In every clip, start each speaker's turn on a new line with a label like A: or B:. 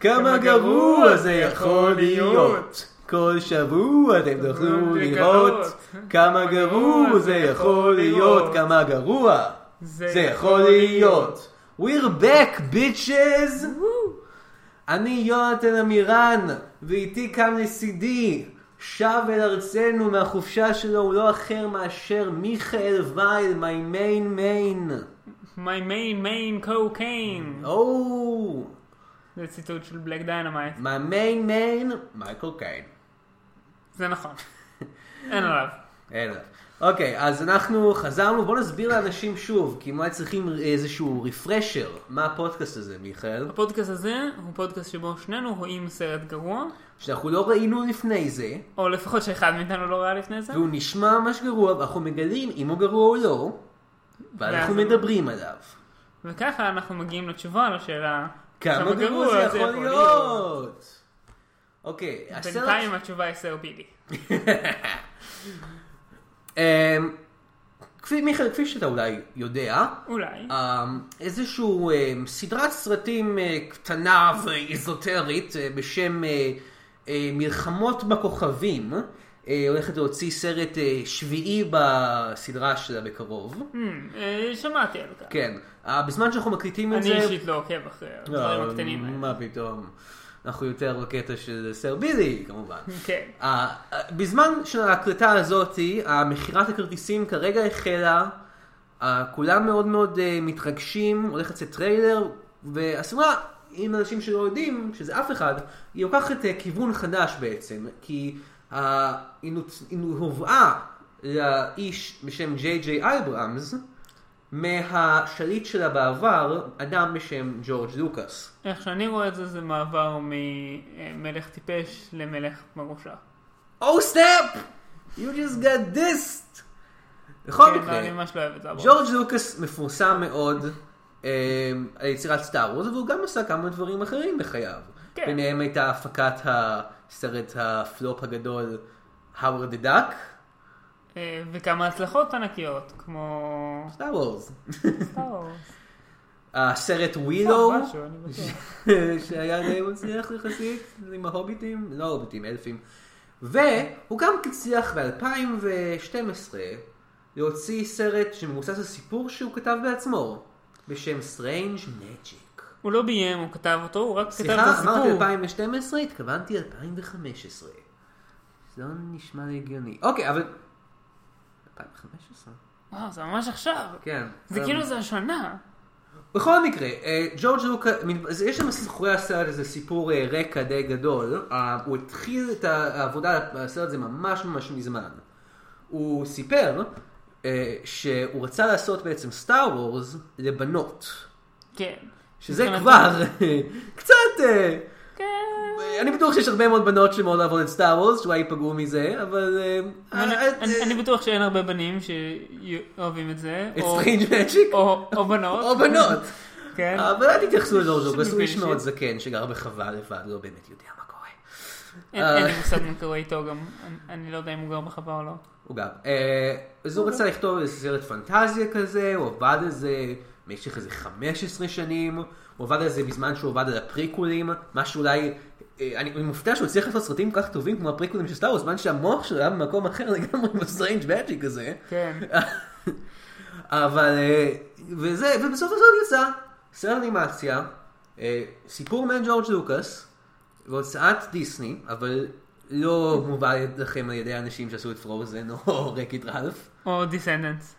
A: כמה גרוע זה יכול להיות. כל שבוע אתם תוכלו לראות כמה גרוע זה יכול להיות. כמה גרוע זה יכול להיות. We're back, bitches! אני יונתן עמירן, ואיתי כאן לצידי. שב אל ארצנו מהחופשה שלו הוא לא אחר מאשר מיכאל וייל, my main main.
B: My main main cocaine.
A: או,
B: זה ציטוט של בלק דיינמייט.
A: Oh, my main main, מייקל קיין.
B: זה נכון. אין עליו.
A: אין עליו. אוקיי, אז אנחנו חזרנו, בואו נסביר לאנשים שוב, כי הם אולי צריכים איזשהו רפרשר, מה הפודקאסט הזה, מיכאל?
B: הפודקאסט הזה הוא פודקאסט שבו שנינו רואים סרט גרוע,
A: שאנחנו לא ראינו לפני זה,
B: או לפחות שאחד מאיתנו לא ראה לפני זה.
A: והוא נשמע ממש גרוע, ואנחנו מגלים אם הוא גרוע או לא, ואנחנו
B: ואז-
A: מדברים עליו.
B: וככה אנחנו מגיעים לתשובה לשאלה
A: כמה גרוע זה יכול להיות? אוקיי, הסרט
B: בינתיים התשובה היא סר בילי.
A: אמ, כפי, מיכאל, כפי שאתה אולי יודע,
B: אולי.
A: אמ, איזשהו אמ, סדרת סרטים אה, קטנה ואיזוטרית אה, בשם אה, אה, מלחמות בכוכבים, אה, הולכת להוציא סרט אה, שביעי בסדרה שלה בקרוב.
B: Hmm, אה, שמעתי על כך.
A: כן, אה, בזמן שאנחנו מקליטים את
B: אני
A: זה...
B: אישית לא עוקב אחרי הדברים
A: לא,
B: הקטנים האלה.
A: מה פתאום, אנחנו יותר בקטע של סרבילי כמובן.
B: כן.
A: אה, אה, בזמן של ההקלטה הזאתי, המכירת הכרטיסים כרגע החלה, אה, כולם מאוד מאוד אה, מתרגשים, הולך לצאת טריילר, והסדרה, אם אנשים שלא יודעים, שזה אף אחד, היא לוקחת אה, כיוון חדש בעצם, כי אה, היא נוצ- היא הובאה לאיש בשם ג'יי ג'יי אייברהמס, מהשליט שלה בעבר, אדם בשם ג'ורג' לוקאס.
B: איך שאני רואה את זה, זה מעבר ממלך טיפש למלך מרושע.
A: Oh snap! You just got dissed! בכל
B: כן,
A: מקרה,
B: אני ממש לא אוהב את זה. אבל-
A: ג'ורג' לוקאס מפורסם מאוד אה, על יצירת סטאר וורס, והוא גם עשה כמה דברים אחרים בחייו.
B: כן.
A: ביניהם הייתה הפקת הסרט הפלופ הגדול, Howard the Duck,
B: אה, וכמה הצלחות ענקיות, כמו...
A: סטאר וורס.
B: סטאר וורס.
A: הסרט ווילו,
B: אה, משהו, אני בטוח.
A: שהיה די מצליח יחסית, עם ההוביטים, לא הוביטים, אלפים. והוא גם הצליח ב-2012 להוציא סרט שמבוסס על סיפור שהוא כתב בעצמו, בשם Strange Magic.
B: הוא לא ביים, הוא כתב אותו, הוא רק כתב את
A: סליחה, אמרתי
B: הסיפור.
A: 2012, התכוונתי 2015. זה לא נשמע לי הגיוני. אוקיי, אבל... 2015?
B: וואו, זה ממש עכשיו.
A: כן.
B: זה
A: אבל-
B: כאילו זה השנה.
A: בכל מקרה, אה, ג'ורג' לוקה, מן- אז יש שם מאחורי הסרט הזה סיפור אה, רקע די גדול. אה, הוא התחיל את העבודה על הסרט הזה ממש ממש מזמן. הוא סיפר אה, שהוא רצה לעשות בעצם סטאר וורס לבנות.
B: כן.
A: שזה
B: מבחינת-
A: כבר קצת... אה,
B: כן.
A: אני בטוח שיש הרבה מאוד בנות שמאוד אוהבות את סטאר וורס, שאולי ייפגעו מזה, אבל... אה, אה,
B: אני- אני- אני בטוח שאין הרבה בנים שאוהבים את זה.
A: את
B: או-
A: סטרינג' מג'יק?
B: או או בנות.
A: או בנות. אה.
B: כן.
A: אבל אל תתייחסו לג'ורג' לוקאס, הוא
B: שמבין
A: איש
B: ש-
A: מאוד זקן שגר בחווה לבד, לא באמת יודע מה קורה.
B: אין
A: אה.
B: אין לי מושג מה קורה איתו גם. אני- אני לא יודע אם הוא גר בחווה או לא.
A: הוא גם. אה, אז הוא רצה לכתוב איזה סרט פנטזיה כזה, הוא עבד על זה במשך איזה 15 שנים, הוא עבד על זה בזמן שהוא עבד על הפריקולים, מה שאולי... אה, אני אני מופתע שהוא הצליח לעשות סרטים כל כך טובים כמו הפריקולים של סטאר וורס, בזמן שהמוח שלו היה במקום אחר לגמרי בסטרנג' מאג'יק הזה.
B: כן.
A: אבל, אה, וזה, ובסוף הסרט יצא, סרט אנימציה, אה, סיפור מג'ורג' לוקאס, והוצאת דיסני, אבל לא מובא לכם על ידי אנשים שעשו את פרוזן או רקט רלף,
B: או דיסנדנס.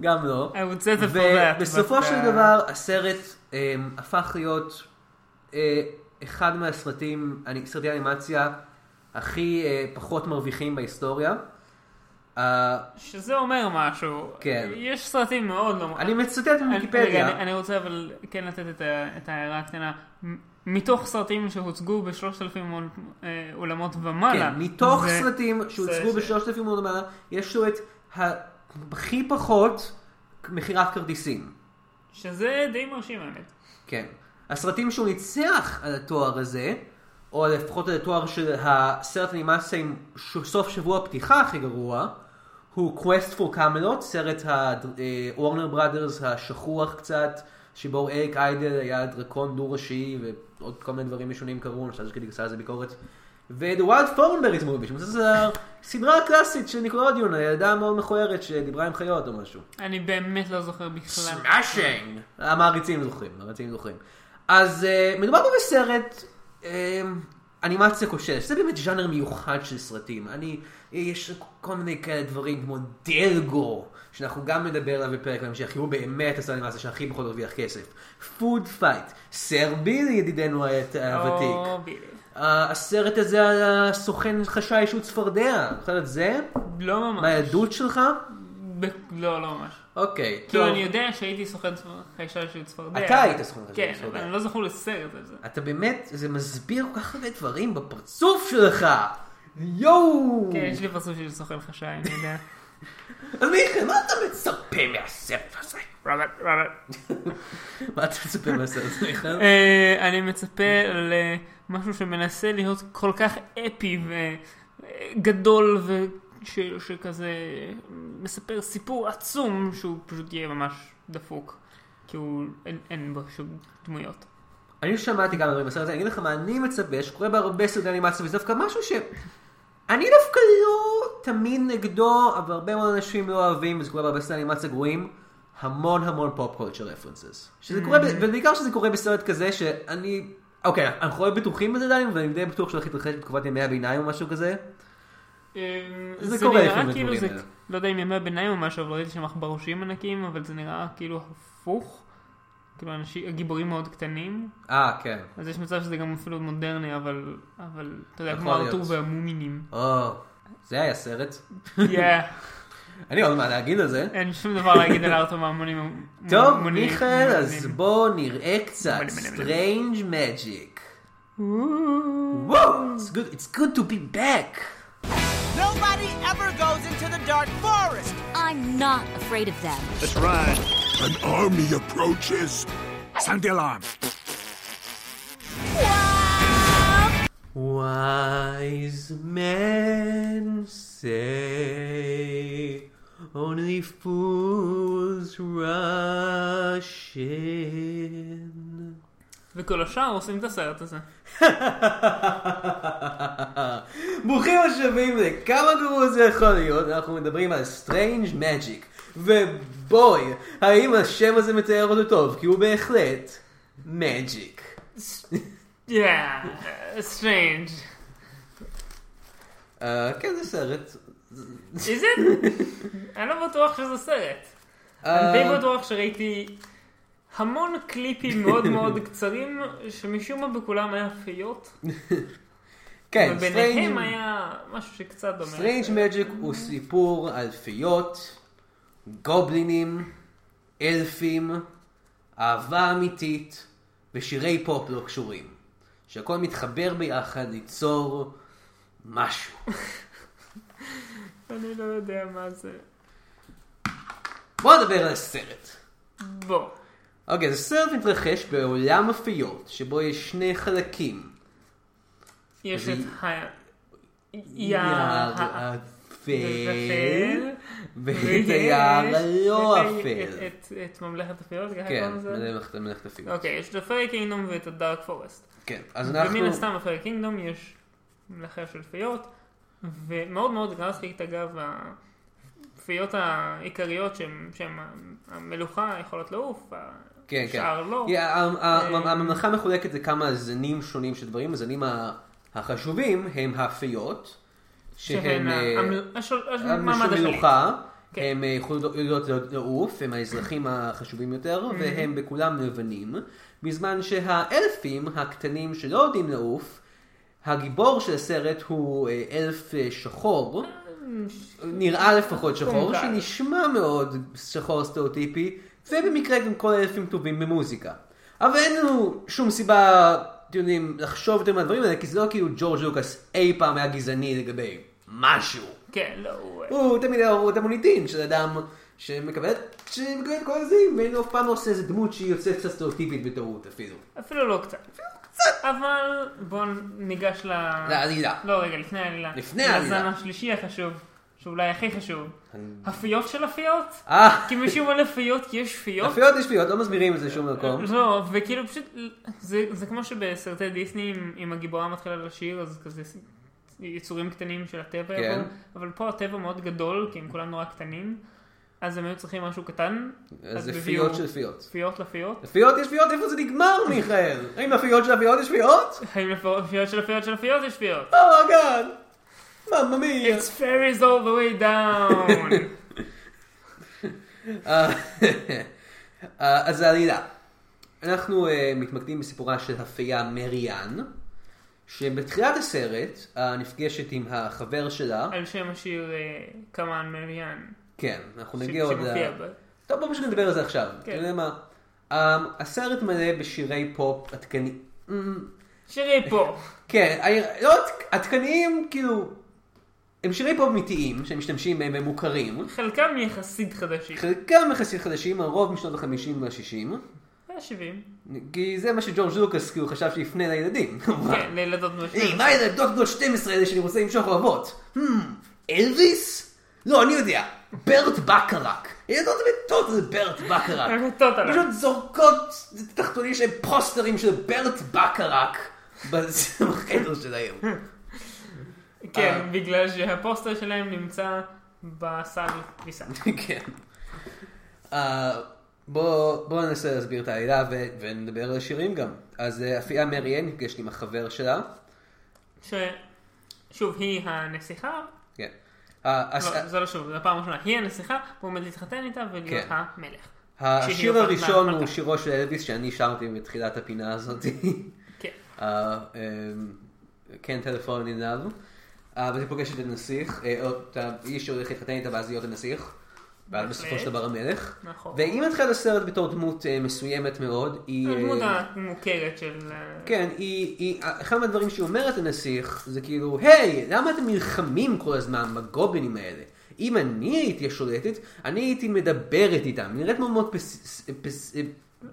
A: גם לא.
B: I would say that for that.
A: ובסופו
B: but,
A: של
B: uh,
A: דבר הסרט אה, הפך להיות אה, אחד מהסרטים, אני- סרטי האנימציה הכי אה, פחות מרוויחים בהיסטוריה. אה,
B: שזה אומר משהו.
A: כן.
B: יש סרטים מאוד לא...
A: אני מצטט
B: אני- רגע,
A: מוויקיפדיה.
B: אני- אני רוצה אבל כן לתת את ה- את ההערה הקטנה. מ- מתוך סרטים שהוצגו בשלושת אלפים אה, אולמות ומעלה.
A: כן, מתוך
B: זה-
A: סרטים שהוצגו
B: זה-
A: בשלושת אלפים עוד מעלה, יש לו את הכי פחות מכירת כרטיסים.
B: שזה די מרשים האמת.
A: כן. הסרטים שהוא ניצח על התואר הזה, או לפחות על התואר של הסרט אנימציה עם ש- סוף שבוע פתיחה הכי גרוע, הוא Quest for Camelot, סרט הוורנר בראדרס אה, השכוח קצת, שבו אריק איידל היה דרקון דו-ראשי, ועוד כל מיני דברים משונים קרו, אני חושב שכאילו עשה על זה ביקורת. ו-The Wild Thornberry's Movie, שזו סדרה קלאסית של ניקולודיון, הילדה המאוד מכוערת שדיברה עם חיות או משהו.
B: אני באמת לא זוכר בכלל.
A: סמאשינג! המעריצים זוכרים, המעריצים זוכרים. אז אה, מדובר פה בסרט אה, אנימציה כושלת, זה באמת ז'אנר מיוחד של סרטים. אני, יש כל מיני כאלה דברים כמו דלגו, שאנחנו גם נדבר עליו בפרק בהמשך, כי הוא באמת הסרט אנימציה שהכי פחות הרוויח כסף. פוד פייט, סר בילי ידידנו העת- אה, הוותיק.
B: או, לא, בדיוק.
A: אה, הסרט הזה על הסוכן חשאי שהוא צפרדע, זוכר את זה?
B: לא ממש.
A: מהילדות שלך?
B: ב- לא, לא ממש.
A: אוקיי.
B: כאילו
A: טוב.
B: אני יודע שהייתי סוכן צפ- חיישה של צפרדע.
A: אתה היית סוכן חשאי
B: כן,
A: של
B: אבל
A: צפרדע.
B: אני לא זוכר לסרט הזה.
A: אתה באמת, זה מסביר כל כך הרבה דברים בפרצוף שלך! יואו!
B: כן, יש לי פרצוף של סוכן חשאי, אני יודע.
A: אז מיכאל, מה אתה מצפה מהסרט הזה?
B: רוברט, רוברט.
A: מה אתה מצפה מהסרט הזה, מיכאל?
B: אה, אני מצפה למשהו שמנסה להיות כל כך אפי וגדול ושכזה מספר סיפור עצום שהוא פשוט יהיה ממש דפוק. כי הוא, אין- אין בו שום דמויות.
A: אני שמעתי גם דברים בסרט הזה, אני אגיד לך מה אני מצפה, שקורה בהרבה סרטי אנימציה, וזה דווקא משהו ש... אני דווקא לא תמיד נגדו, אבל הרבה מאוד אנשים לא אוהבים, וזה קורה בהרבה סרטי אנימציה גרועים, המון המון פופ קולצ'ר רפרנסס. שזה קורה, ב- ובעיקר שזה קורה בסרט כזה שאני... אוקיי, אנחנו לא בטוחים בזה עדיין, ואני די בטוח שהולך להתרחש בתקופת ימי הביניים או משהו כזה.
B: אה,
A: זה קורה
B: נראה
A: לפעמים
B: כאילו
A: בדברים
B: זה,
A: האלה.
B: לא יודע אם ימי הביניים או משהו, אבל ראיתי שם עכברושים ענקים, אבל זה נראה כאילו הפוך. כאילו אנשים, הגיבורים מאוד קטנים,
A: אה, כן.
B: אז יש מצב שזה גם אפילו מודרני, אבל, אבל, אתה יודע,
A: יכול
B: כמו
A: להיות.
B: ארתור והמומינים.
A: או, זה היה סרט.
B: Yeah.
A: אני עוד מה להגיד על זה.
B: אין שום דבר להגיד על ארתור מהמונים.
A: טוב,
B: מונים-
A: מיכאל, אז
B: מונים.
A: בואו נראה קצת.
B: מונים, מונים,
A: Strange Magic.
B: וואו.
A: Whoa! It's good. It's good to be back.
C: Nobody ever goes into the dark forest.
D: I'm not afraid of them.
E: Let's ride.
F: An army approaches. Sound the alarm.
A: Wise men say only fools rush in.
B: וכל השאר עושים את הסרט הזה.
A: ברוכים השבים לכמה גרוע זה יכול להיות, אנחנו מדברים על Strange Magic. ובואי, האם השם הזה מתאר אותו טוב? כי הוא בהחלט Magic.
B: Yeah, strange.
A: אה, כן, זה סרט.
B: Is it? אני לא בטוח שזה סרט.
A: אה,
B: אני די בטוח שראיתי המון קליפים מאוד מאוד קצרים, שמשום מה בכולם היה פיות,
A: כן,
B: וביניהם
A: Strange-
B: היה משהו שקצת דומה.
A: Strange Magic הוא סיפור על פיות, גובלינים, אלפים, אהבה אמיתית ושירי פופ לא קשורים. שהכל מתחבר ביחד ליצור משהו.
B: אני לא יודע מה זה.
A: בואו נדבר על הסרט.
B: בוא.
A: אוקיי, אז הסרט מתרחש בעולם הפיות, שבו יש שני חלקים.
B: יש
A: זה-
B: את ה...
A: יער אה, כן.
B: יער
A: האפל, ואת
B: ויש
A: היער הלא
B: את ה-
A: אפל.
B: את- את ממלכת הפיות, ככה
A: כן,
B: קוראים לזה?
A: מלאכת מלאכת הפיות.
B: אוקיי, יש את הפרי קינגדום ואת הדארק פורסט.
A: כן, אז אנחנו...
B: ומן הסתם בפרי קינגדום יש מלאכה של פיות, ומאוד מאוד גרפית אגב, הפיות העיקריות שהן שהן ה- המלוכה יכולות לעוף,
A: כן, כן.
B: השאר לא.
A: Yeah, ה- ה- הממלכה מחולקת לכמה זנים שונים של דברים, הזנים ה- החשובים הם הפיות, שהם
B: שהן
A: אה,
B: המל- השול- המעמד
A: המלוכה,
B: השליט.
A: מלוכה,
B: כן.
A: הם אה, יכולות לעוף, הם האזרחים החשובים יותר, והם בכולם לבנים, בזמן שהאלפים הקטנים שלא יודעים לעוף, הגיבור של הסרט הוא אה, אלף אה, שחור, נראה לפחות שחור,
B: קומקל.
A: שנשמע מאוד שחור סטריאוטיפי, ובמקרה גם כל האלפים טובים במוזיקה. אבל אין לנו שום סיבה, אתם יודעים, לחשוב יותר מהדברים האלה, כי זה לא כאילו ג'ורג' לוקאס אי פעם היה גזעני לגבי משהו.
B: כן, לא, הוא-
A: הוא תמיד היה רואה את המוניטין של אדם שמקבל שמקבל את כל הזים, ואין לו אף פעם לא עושה איזה דמות שהיא יוצאת קצת סטריאוטיפית בטעות אפילו.
B: אפילו לא קצת. אבל בואו ניגש ל...
A: לעלילה.
B: אה. לא, רגע, לפני העלילה.
A: לפני העלילה.
B: לזן השלישי החשוב. שאולי הכי חשוב, הפיות של הפיות?
A: אה,
B: כי מישהו אומר לפיות כי יש פיות?
A: אפיות יש פיות, לא מסבירים את זה שום מקום.
B: לא, וכאילו פשוט, זה, זה כמו שבסרטי דיסני, אם, אם הגיבורה מתחילה לשיר, אז כזה יצורים קטנים של הטבע,
A: כן.
B: יבואו, אבל פה הטבע מאוד גדול, כי הם כולם נורא קטנים, אז הם היו צריכים משהו קטן,
A: אז זה
B: הביאו
A: פיות של פיות.
B: פיות לפיות,
A: פיות יש פיות, איפה זה נגמר, מיכאל? האם הפיות של הפיות יש פיות? Oh
B: האם לפיות של הפיות של הפיות יש פיות?
A: אומייגאד! מממי!
B: It's fairies all the way down.
A: אה, אז העלילה. אנחנו אה, מתמקדים בסיפורה של הפייה מריאן, שבתחילת הסרט אה, נפגשת עם החבר שלה.
B: על שם השיר אה, קמאן מריאן,
A: כן, אנחנו
B: ש-
A: נגיע עוד... אה, ל-
B: שמופיע ב...
A: טוב, בואו פשוט נדבר על זה עכשיו. אתה
B: כן.
A: יודע מה? אה, הסרט מלא בשירי פופ עדכני... אמ,
B: שירי פה.
A: כן, אני- לא עד- עדכניים, כאילו... הם שירי פופ אמיתיים, שהם משתמשים בהם, הם מוכרים.
B: חלקם יחסית חדשים.
A: חלקם יחסית חדשים, הרוב משנות ה-50 וה-60.
B: זה 70.
A: כי זה מה שג'ורג' לוקאס, כי הוא חשב שיפנה לילדים.
B: כן, לילדות
A: היי,
B: נושאים.
A: מה אלה דוט גוד 12 האלה שאני רוצה למשוך אוהבות? "אמ, אלוויס? לא, אני יודע. ברט בקרק. ילדות מתות על ברט בקרק.
B: מתות עליו.
A: פשוט זורקות תחתונים של פוסטרים של ברט בקרק בחדר שלהם. אה.
B: כן, בגלל שהפוסטר שלהם נמצא בסל כביסה.
A: כן. אה, בוא בוא ננסה להסביר את העלילה ו- ונדבר על השירים גם. אז אה, אפייה מריאן נפגשת עם החבר שלה.
B: ששוב, היא הנסיכה.
A: כן. אה, הס-
B: לא, זה לא שוב, זו הפעם הראשונה. היא הנסיכה, הוא עומד להתחתן איתה ולהיות
A: כן.
B: המלך. שהיא
A: השיר
B: הופכת
A: הראשון הוא
B: למלכה.
A: שירו של אלוויס שאני שרתי בתחילת הפינה הזאת.
B: כן.
A: כן, טלפון עיניו. ואז היא פוגשת את הנסיך, אה, או את האיש שהולך להתחתן איתה ואז להיות הנסיך. ואז בסופו של דבר המלך.
B: אוקיי. נכון.
A: והיא מתחילה לסרט בתור דמות אה, מסוימת מאוד. היא... אה,
B: הדמות המוכרת של... אה,
A: כן, היא, היא, אחד מהדברים שהיא אומרת לנסיך, זה כאילו, היי, למה אתם נלחמים כל הזמן בגובלינים האלה? אם אני הייתי השולטת, אני הייתי מדברת איתם, נראית מאוד מאוד פס... פס...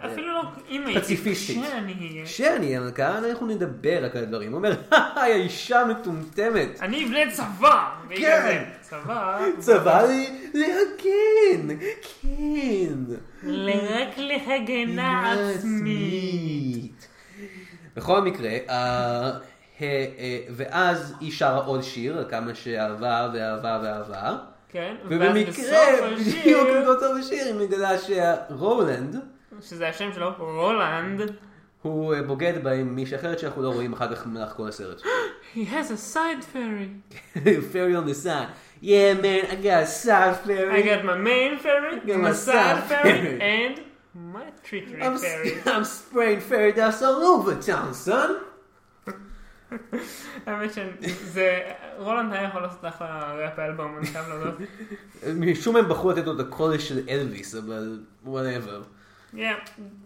B: אפילו לא אם הייתי...
A: פציפיסטית.
B: שאני אהיה.
A: כשאני אהיה מלכה, אנחנו נדבר רק על הדברים. הוא אומר, היי, האישה מטומטמת.
B: אני אבנה צבא! והיא
A: כן.
B: כזה, צבא!
A: צבא לי להגן, כן.
B: רק להגנה עצמית.
A: בכל מקרה, אה, ה- אה, ואז היא שרה עוד שיר, על כמה שאהבה ואהבה ואהבה.
B: כן, ואז
A: ובמקרה,
B: בסוף
A: בדיוק
B: השיר,
A: באותו בשיר, היא מגלה שהרולנד
B: שזה השם שלו, רולנד,
A: הוא אה, בוגד בה עם מישהי אחרת שאנחנו לא רואים אחר כך במהלך כל הסרט.
B: He has a side fairy.
A: Fairy on the side. Yeah man, I got a side
B: I
A: fairy.
B: got my main fairy,
A: got
B: my
A: my
B: side
A: side
B: fairy,
A: fairy.
B: and my treachery
A: I'm,
B: fairy.
A: I'm spraying fairy dust all over town, son.
B: האמת שזה, רולנד היה יכול לעשות אחלה ראפ אלבום, אני חייב להודות.
A: משום מה הם בחרו לתת לו את הקודש של אלוויס, אבל וואטאבר.
B: Yeah,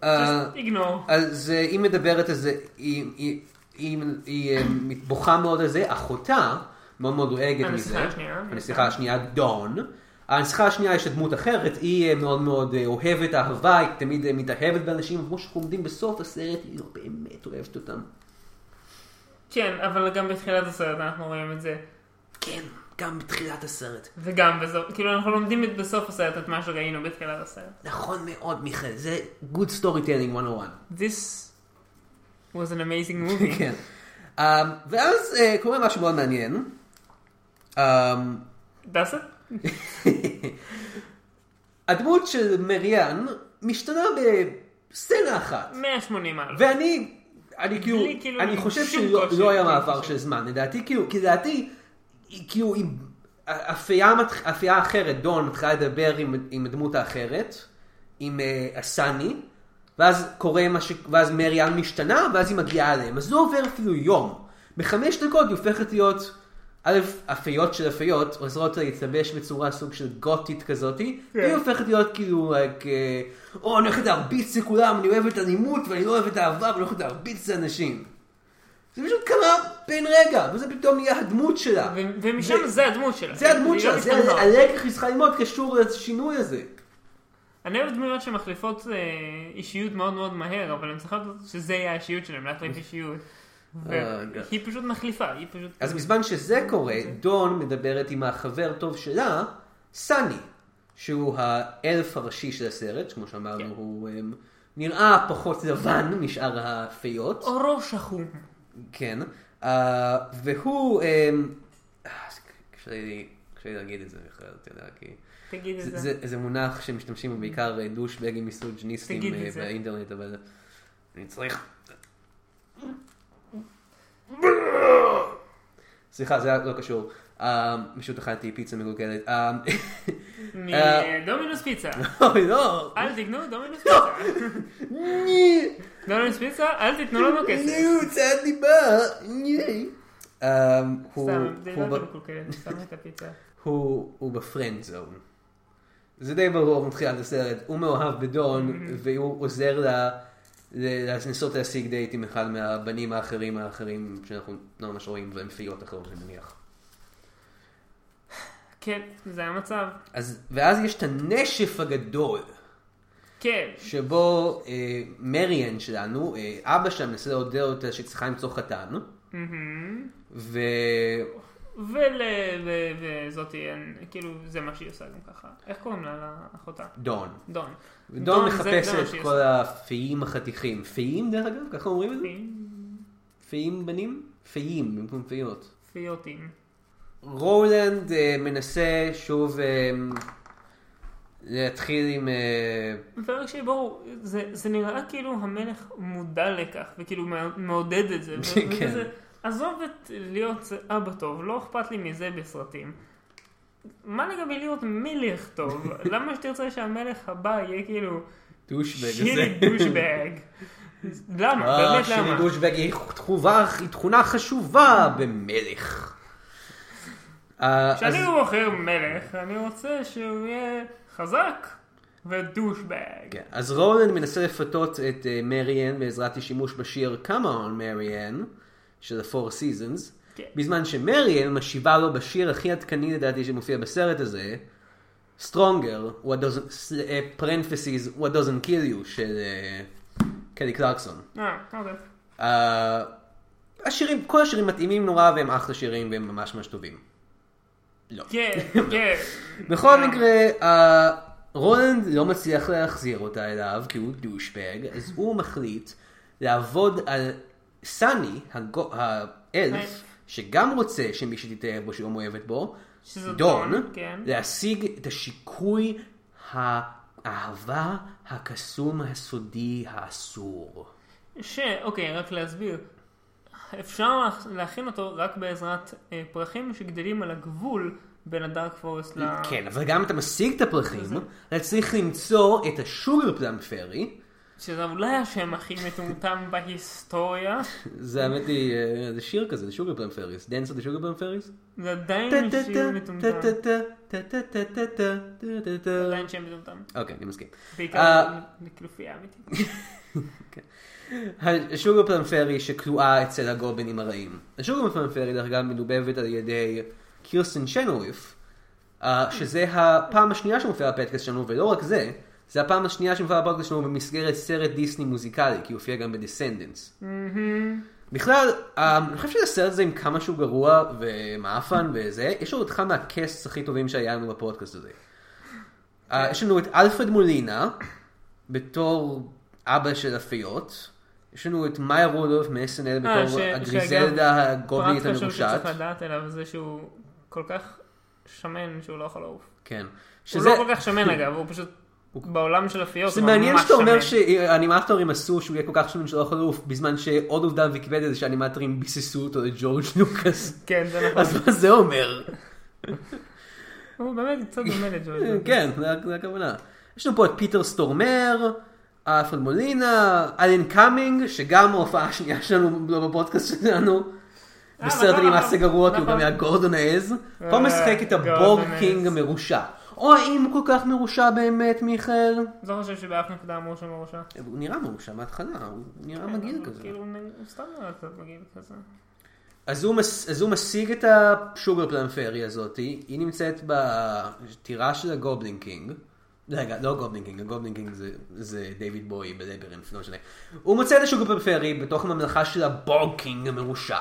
A: אה,
B: just ignore.
A: אז אה, היא מדברת על זה, היא- היא- היא היא, אה, בוכה מאוד על זה, אחותה מאוד מאוד דואגת
B: הנסיכה
A: מזה.
B: השנייה. כן.
A: הנסיכה השנייה, דון. הנסיכה השנייה יש לה דמות אחרת, היא אה, מאוד מאוד אה, אוהבת אהבה, היא תמיד אה, מתאהבת באנשים, כמו שאנחנו עומדים בסוף הסרט, היא לא באמת אוהבת אותם.
B: כן, אבל גם בתחילת הסרט אנחנו רואים את זה,
A: כן, גם בתחילת הסרט.
B: וגם בסוף, כאילו אנחנו לומדים את- בסוף הסרט את מה שראינו בתחילת הסרט.
A: נכון מאוד, מיכאל, זה Good Storytelling 101.
B: This was an amazing movie.
A: כן. Um, ואז uh, קורה משהו מאוד מעניין. Um,
B: Does it?
A: הדמות של מריאן משתנה בסצנה אחת.
B: 180 מעלות.
A: ואני, אני כאילו,
B: בלי כאילו
A: אני חושב
B: שום
A: שלא
B: קושי,
A: לא היה
B: כן,
A: מעבר
B: קושי.
A: של זמן. לדעתי, כאילו, כי לדעתי, היא- כאילו, היא- אפייה מתח- אפייה אחרת, דון, מתחילה לדבר עם- עם הדמות האחרת, עם אה, הסני. ואז קורה מה ש... ואז מריאן משתנה, ואז היא מגיעה אליהם. אז לא עובר אפילו יום. בחמש דקות היא הופכת להיות, א', אפיות של אפיות, עוזרות לה להתלבש בצורה סוג של גותית כזאתי, והיא הופכת להיות כאילו, רק, אה, או, אני הולכת להרביץ לכולם, אני אוהבת אלימות, ואני לא אוהבת אהבה, ואני הולכת להרביץ לאנשים. זה פשוט קרה בן רגע, וזה פתאום נהיה הדמות שלה.
B: ו- ומשם זה הדמות שלה.
A: זה הדמות
B: היא לא
A: שלה, זה
B: משתנה.
A: הלקח שהיא צריכה ללמוד קשור לשינוי הזה.
B: אני אוהב דמויות שמחליפות אה, אישיות מאוד מאוד מהר, אבל הן צריכות שזה יהיה האישיות שלהן, להחליף אישיות. והיא פשוט מחליפה, היא פשוט...
A: אז בזמן שזה קורה, דון מדברת עם החבר טוב שלה, סני, שהוא האלף הראשי של הסרט, כמו
B: כן.
A: שאמרנו, הוא אמ, נראה פחות לבן משאר הפיות.
B: אורו שחום.
A: כן, אה, והוא, אמ, אה, קשה לי קשה לי להגיד את זה בכלל, אתה יודע, כי
B: תגיד את
A: זה-
B: זה.
A: זה- זה מונח שמשתמשים בו בעיקר אה, דושבגים מסוג'ניסטים
B: תגיד
A: אה,
B: את זה.
A: באינטרנט, אבל אני צריך... סליחה, זה היה לא קשור. אה, פשוט אכלתי פיצה מגולגלת. אה, אה,
B: מדומינוס פיצה.
A: אוי, לא!
B: אל תקנו דומינוס פיצה.
A: ני!
B: דומינוס פיצה, אל תתנו לנו כסף.
A: ני, הוצאת דיבה! ני! אה, הוא-
B: סתם, זה
A: הוא
B: לא
A: ב-
B: אתם מקולקלים, סתם את הפיצה.
A: הוא, הוא בפרנד זון. זה די ברור מתחילת הסרט, הוא מאוהב
B: Mm-hmm.
A: בדון, והוא עוזר לה ל- לנסות להשיג דייט עם אחד מהבנים האחרים האחרים שאנחנו לא ממש רואים, והם פיות אחרות אני מניח.
B: כן, זה המצב.
A: אז, ואז יש את הנשף הגדול,
B: כן.
A: שבו אה, מריאן שלנו, אה, אבא שלה מנסה לעודד אותה שצריכה למצוא חתן, ו...
B: ולזאתי, כאילו, זה מה שהיא עושה גם ככה. איך קוראים לה, לאחותה?
A: דון.
B: דון.
A: ודון
B: זה- זה
A: מחפש
B: מה
A: את
B: שהיא
A: כל הפיים החתיכים. פיים דרך אגב? ככה אומרים את זה? פיים בנים? פיים במקום פיות.
B: פיוטים.
A: רולנד אה, מנסה שוב אה, להתחיל עם... אה,
B: ורק שיהיה ברור, זה, זה נראה כאילו המלך מודע לכך, וכאילו מע- מעודד את זה. ו-
A: כן.
B: וזה, עזוב את להיות אבא טוב, לא אכפת לי מזה בסרטים. מה לגבי להיות מלך טוב? למה שתרצה שהמלך הבא יהיה כאילו
A: דושבג הזה.
B: שירי דושבג? למה?
A: אה,
B: באמת
A: שירי
B: למה?
A: דושבג היא תכובה- היא תכונה חשובה במלך. אה, אז-
B: כשאני בוחר מלך, אני רוצה שהוא יהיה חזק ודושבג.
A: כן. אז רולנד מנסה לפתות את אה, מריאן בעזרת השימוש בשיר Come on מריאן של ה-Four Seasons,
B: כן.
A: בזמן שמריאן משיבה לו בשיר הכי עדכני לדעתי שמופיע בסרט הזה, Stronger, what doesn't, s- אה, parentheses, what doesn't kill you של אה, קלי קלרקסון.
B: אה, אוקיי.
A: אה, השירים, כל השירים מתאימים נורא והם אחלה שירים והם ממש ממש טובים. לא.
B: כן, כן.
A: בכל מקרה, אה, רולנד לא מצליח להחזיר אותה אליו, כי הוא דושבג, אז הוא מחליט לעבוד על סני, הגו- האלף, שגם רוצה שמי שתתאהב בו, שהיא מאוהבת בו,
B: שזה
A: דון,
B: דון, כן.
A: להשיג את השיקוי האהבה, הקסום, הסודי, האסור.
B: שאוקיי, אוקיי, רק להסביר. אפשר להכ- להכין אותו רק בעזרת אה, פרחים שגדלים על הגבול בין הדארק פורסט ל...
A: כן, אבל גם אם אתה משיג את הפרחים, אתה צריך למצוא את השוגר פלאם פרי,
B: שזה אולי השם הכי מטומטם בהיסטוריה.
A: זה האמת היא, אה, זה שיר כזה, זה שוגר פלאם פריס, דנס אוף שוגר פלאם פריס.
B: זה עדיין שם מטומטם. עדיין שם מטומטם.
A: אוקיי, אני מסכים.
B: בעיקר
A: אה,
B: לכנופיה אמיתית.
A: השוגר פלמפרי שכלואה אצל הגובלים הרעים. השוגר פלמפרי דרך אגב מדובבת על ידי קירסטן שנוויף, אה, שזה הפעם השנייה שמופיעה בפודקאסט שלנו, ולא רק זה, זה הפעם השנייה שמופיעה בפודקאסט שלנו במסגרת סרט דיסני מוזיקלי, כי היא הופיעה גם בדסנדנס. בכלל, אה, אני חושב שהסרט הזה עם כמה שהוא גרוע ומאפן וזה, יש לנו את אחד מהקאסטס הכי טובים שהיה לנו בפודקאסט הזה.
B: כן.
A: אה, יש לנו את אלפרד מולינה, בתור אבא של הפיות. יש לנו את מאיה רודולף מ-SNL
B: אה,
A: בתור
B: ש-
A: הגריזלדה
B: שאגב,
A: הגובלית
B: פרט חשוב
A: המרושעת.
B: שצריך לדעת עליו זה שהוא כל כך שמן שהוא לא יכול לעוף.
A: כן.
B: הוא
A: שזה כן.
B: לא כל כך שמן אגב, הוא פשוט בעולם של הפיות
A: זה
B: הוא ממש שמן.
A: מעניין שאתה אומר שהאנימטורים עשו שהוא יהיה כל כך שמן שלא יכול לעוף, בזמן שעוד עובדה בוויקיפדיה זה שהאנימטורים ביססו אותו לג'ורג' לוקאס.
B: כן, זה נכון.
A: אז מה זה אומר?
B: הוא באמת קצת דומה לג'ורג'ו.
A: כן, זה ה- זה הכוונה. יש לנו פה את פיטר סטורמר, אלפרד מולינה, אלן קאמינג, שגם ההופעה השנייה שלנו לא בפודקאסט שלנו. בסרט
B: נכון,
A: הנמאס
B: נכון.
A: הגרוע, כי הוא גם
B: נכון.
A: היה גורדון העז. פה
B: אה,
A: משחק את הבור
B: גורדון העז.
A: קינג המרושע. או האם הוא כל כך מרושע באמת, מיכאל?
B: לא חושב שבאף נקודה אמרו שם ראשה.
A: הוא נראה מרושע מההתחלה, הוא נראה מגעיל כזה.
B: כאילו, הוא סתם נראה קצת מגעיל כזה.
A: אז הוא, מס, אז הוא משיג את השוגר פלאם פרי הזאתי, היא נמצאת בטירה של הגובלין קינג, רגע, לא גובנינגינג, הגובנינגינג זה, זה דיוויד בוי בלברינף, לא משנה. הוא מוצא את השוק הפריפרי בתוך הממלכה של הבורקינג המרושע,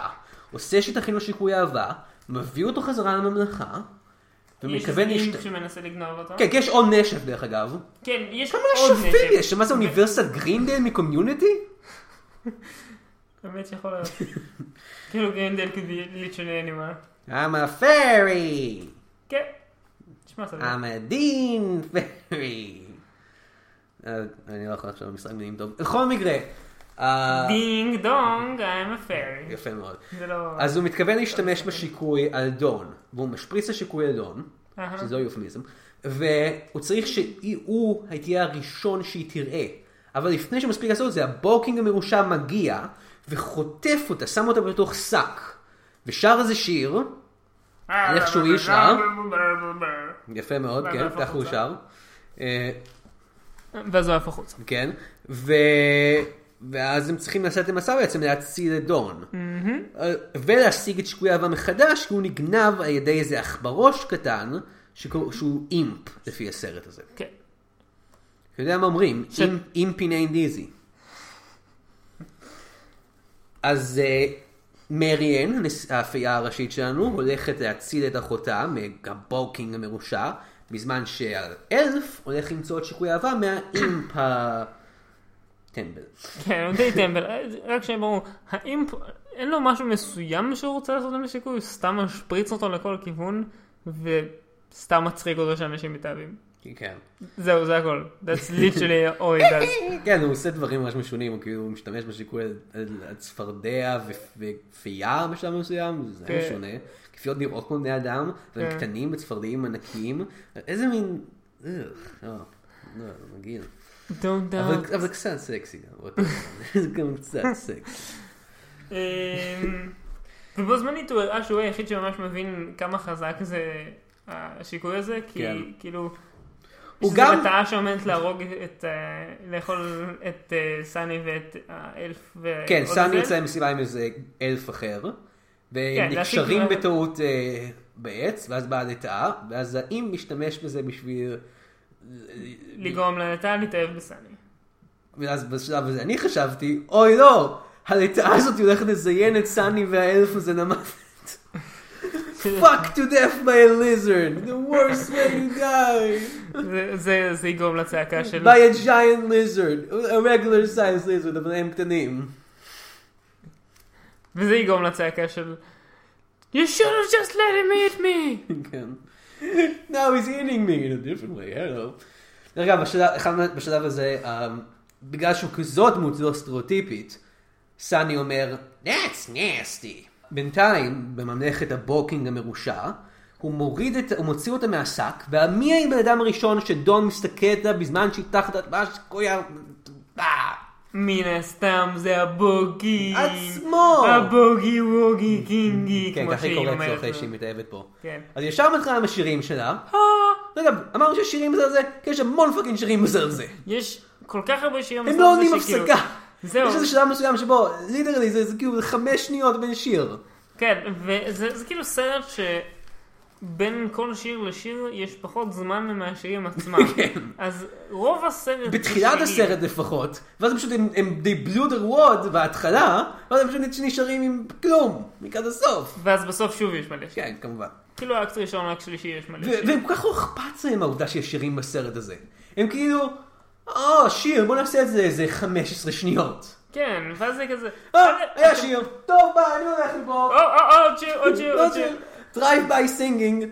A: עושה שתכין לו שיקוי אהבה, מביא אותו חזרה לממלכה,
B: יש
A: ומתכוון
B: איזה
A: להשת...
B: איש שמנסה לגנוב אותו.
A: כן, כי יש עוד נשף דרך אגב.
B: כן, יש
A: כמה
B: עוד נשק.
A: נשפים יש? מה זה אוניברסיטת גרינדל מקומיוניטי?
B: באמת שיכול להיות. כאילו גרינדל כדי ליצ'ני אנימה.
A: I'm a fairy!
B: כן. תשמע, סבבה.
A: I'm a dean fairy! אה, אני לא יכול עכשיו משחק מילים טוב. בכל מקרה, אה,
B: דינג דונג, I'm a fairy.
A: יפה מאוד.
B: זה לא...
A: אז הוא מתכוון להשתמש בשיקוי על דון, והוא משפריץ לשיקוי על דון,
B: אהה.
A: שזה יופמיזם, והוא צריך שהוא תהיה הראשון שהיא תראה. אבל לפני שמספיק לעשות את זה, הבורקינג המרושע מגיע, וחוטף אותה, שם אותה בתוך שק, ושר איזה שיר,
B: אה,
A: איכשהו איש
B: לא-
A: רע. יפה מאוד,
B: ואז הוא
A: כן,
B: עף
A: ככה הוא
B: החוצה.
A: שר. אה,
B: ואז הוא עף החוצה.
A: כן, ו... ואז הם צריכים לעשות את המסע בעצם להציל את דון. אה, ולהשיג את שיקוי אהבה מחדש, כי הוא נגנב על ידי איזה עכברוש קטן, שקור... שהוא אימפ, לפי הסרט הזה.
B: כן.
A: אתה יודע מה אומרים?
B: ש-
A: אימפ- אימפין אין איזי. אז אה, מריאן, הנס- האפייה הראשית שלנו, הולכת להציל את אחותה מהבורקינג המרושע, בזמן שהאלף הולך למצוא את שיקוי אהבה מהאימפ ה... טמבל.
B: כן, הוא די טמבל. רק שיהיה ברור, האם אין לו משהו מסוים שהוא רוצה לעשות עם השיקוי? הוא סתם משפריץ אותו לכל כיוון, וסתם מצחיק אותו שאנשים מתאהבים.
A: כן.
B: זהו, זה הכל. That's literally all it does.
A: כן, הוא עושה דברים ממש משונים, הוא כאילו משתמש בשיקוי על- על על צפרדע ו- ופייה בשלב מסוים, זה היה
B: כן.
A: שונה. כפיות נראות כמו בני אדם, והם
B: כן.
A: קטנים וצפרדעים ענקיים. איזה מין... אה, לא, לא, זה מגעיל.
B: Don't
A: אבל
B: doubt.
A: אבל זה קצת סקסי גם. באותו זמן. זה גם קצת סקסי.
B: אמ, ובו זמנית הוא הראה שהוא היחיד שממש מבין כמה חזק זה השיקוי הזה, כי
A: כן.
B: כאילו...
A: הוא
B: שזו
A: גם-
B: מטעה שעומדת להרוג את... אה, לאכול את אה, סני ואת האלף ועוד
A: כן, סאני
B: הזה.
A: יוצא למסיבה עם איזה אלף אחר, והם
B: כן, להשיג
A: נקשרים
B: דברים.
A: בטעות אה, בעץ, ואז באה לטאה, ואז האם משתמש בזה בשביל...
B: לגרום לנתן להתאהב בסני.
A: ואז בשלב הזה אני חשבתי, אוי לא, הלטאה הזאת הולכת לזיין את סאני והאלף הזה למוות. Fuck to death by a lizard, the worst way to die.
B: זה- זה- זה יגרום לצעקה של...
A: by a giant lizard, a regular size lizard, אבל הם קטנים.
B: וזה יגרום לצעקה של... You should have just let him eat me!
A: כן. Now he's eating me in a different way, hello. רגע, בשלב, אחד מה- בשלב הזה, um, בגלל שהוא כזו דמות לא סטריאוטיפית, סאני אומר, That's nasty. בינתיים, בממלכת הבוקינג המרושע, הוא מוריד את, הוא מוציא אותה מהשק, ומי הבן אדם הראשון שדון מסתכל עליה בזמן שהיא תחת מה שקויה...
B: מן הסתם זה הבוגי.
A: עצמו!
B: הבוגי ווגי קינגי,
A: כן,
B: כמו
A: ככה היא
B: שהיא
A: קוראת לו
B: אומרת.
A: אחרי שהיא מתאהבת פה.
B: כן.
A: אז ישר מתחילה עם השירים שלה.
B: אה,
A: רגע, אמרנו שיש שירים בזה על זה? כי יש המון פאקינג שירים בזה על זה.
B: יש כל כך הרבה שירים.
A: הם
B: בסוף
A: לא
B: הזה
A: עונים
B: שכאילו-
A: הפסקה.
B: זהו.
A: יש איזה שלב מסוים שבו, ליטרלי, זה זה כאילו חמש שניות בין שיר.
B: כן, וזה זה כאילו סרט שבין כל שיר לשיר יש פחות זמן מהשירים עצמם. אז רוב הסרט... זה
A: כן. בתחילת
B: שירים.
A: הסרט לפחות, ואז הם פשוט, הם- הם they blew their word בהתחלה, ואז הם פשוט נשארים עם כלום, לקראת הסוף.
B: ואז בסוף שוב יש מלא שירים.
A: כן, כמובן.
B: כאילו האקט ראשון, האקט שלישי יש מלא
A: ו-
B: שירים.
A: והם כל כך לא אכפת להם העובדה שיש שירים בסרט הזה. הם כאילו, או, שיר, בוא נעשה את זה איזה 15 שניות.
B: כן, ואז זה כזה...
A: אה, היה שיר, טוב, ביי, אני הולך מפה.
B: או, או, או, עוד שיר, עוד שיר,
A: לא
B: עוד שיר.
A: דרייב ביי סינגינג.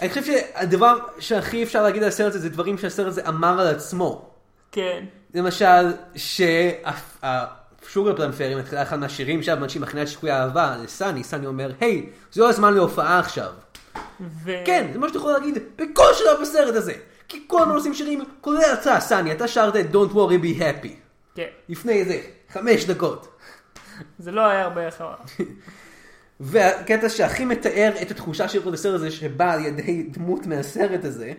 A: אני חושב שהדבר שהכי אפשר להגיד על הסרט הזה, זה דברים שהסרט הזה אמר על עצמו.
B: כן.
A: למשל, שהשוגר פלמפרי מתחילה אחד מהשירים שם, בזמן שהיא מכינה את שיקוי האהבה לסני, סני אומר, היי, זה לא הזמן להופעה עכשיו.
B: ו-
A: כן, זה מה שאתה יכול להגיד בכל שלב בסרט הזה. כי כל הזמן עושים שירים, כולל אתה, סני, אתה שרת את Don't worry be happy.
B: כן.
A: לפני איזה חמש דקות.
B: זה לא היה הרבה אחריו.
A: והקטע שהכי מתאר את התחושה של כל הסרט הזה שבא על ידי דמות מהסרט הזה,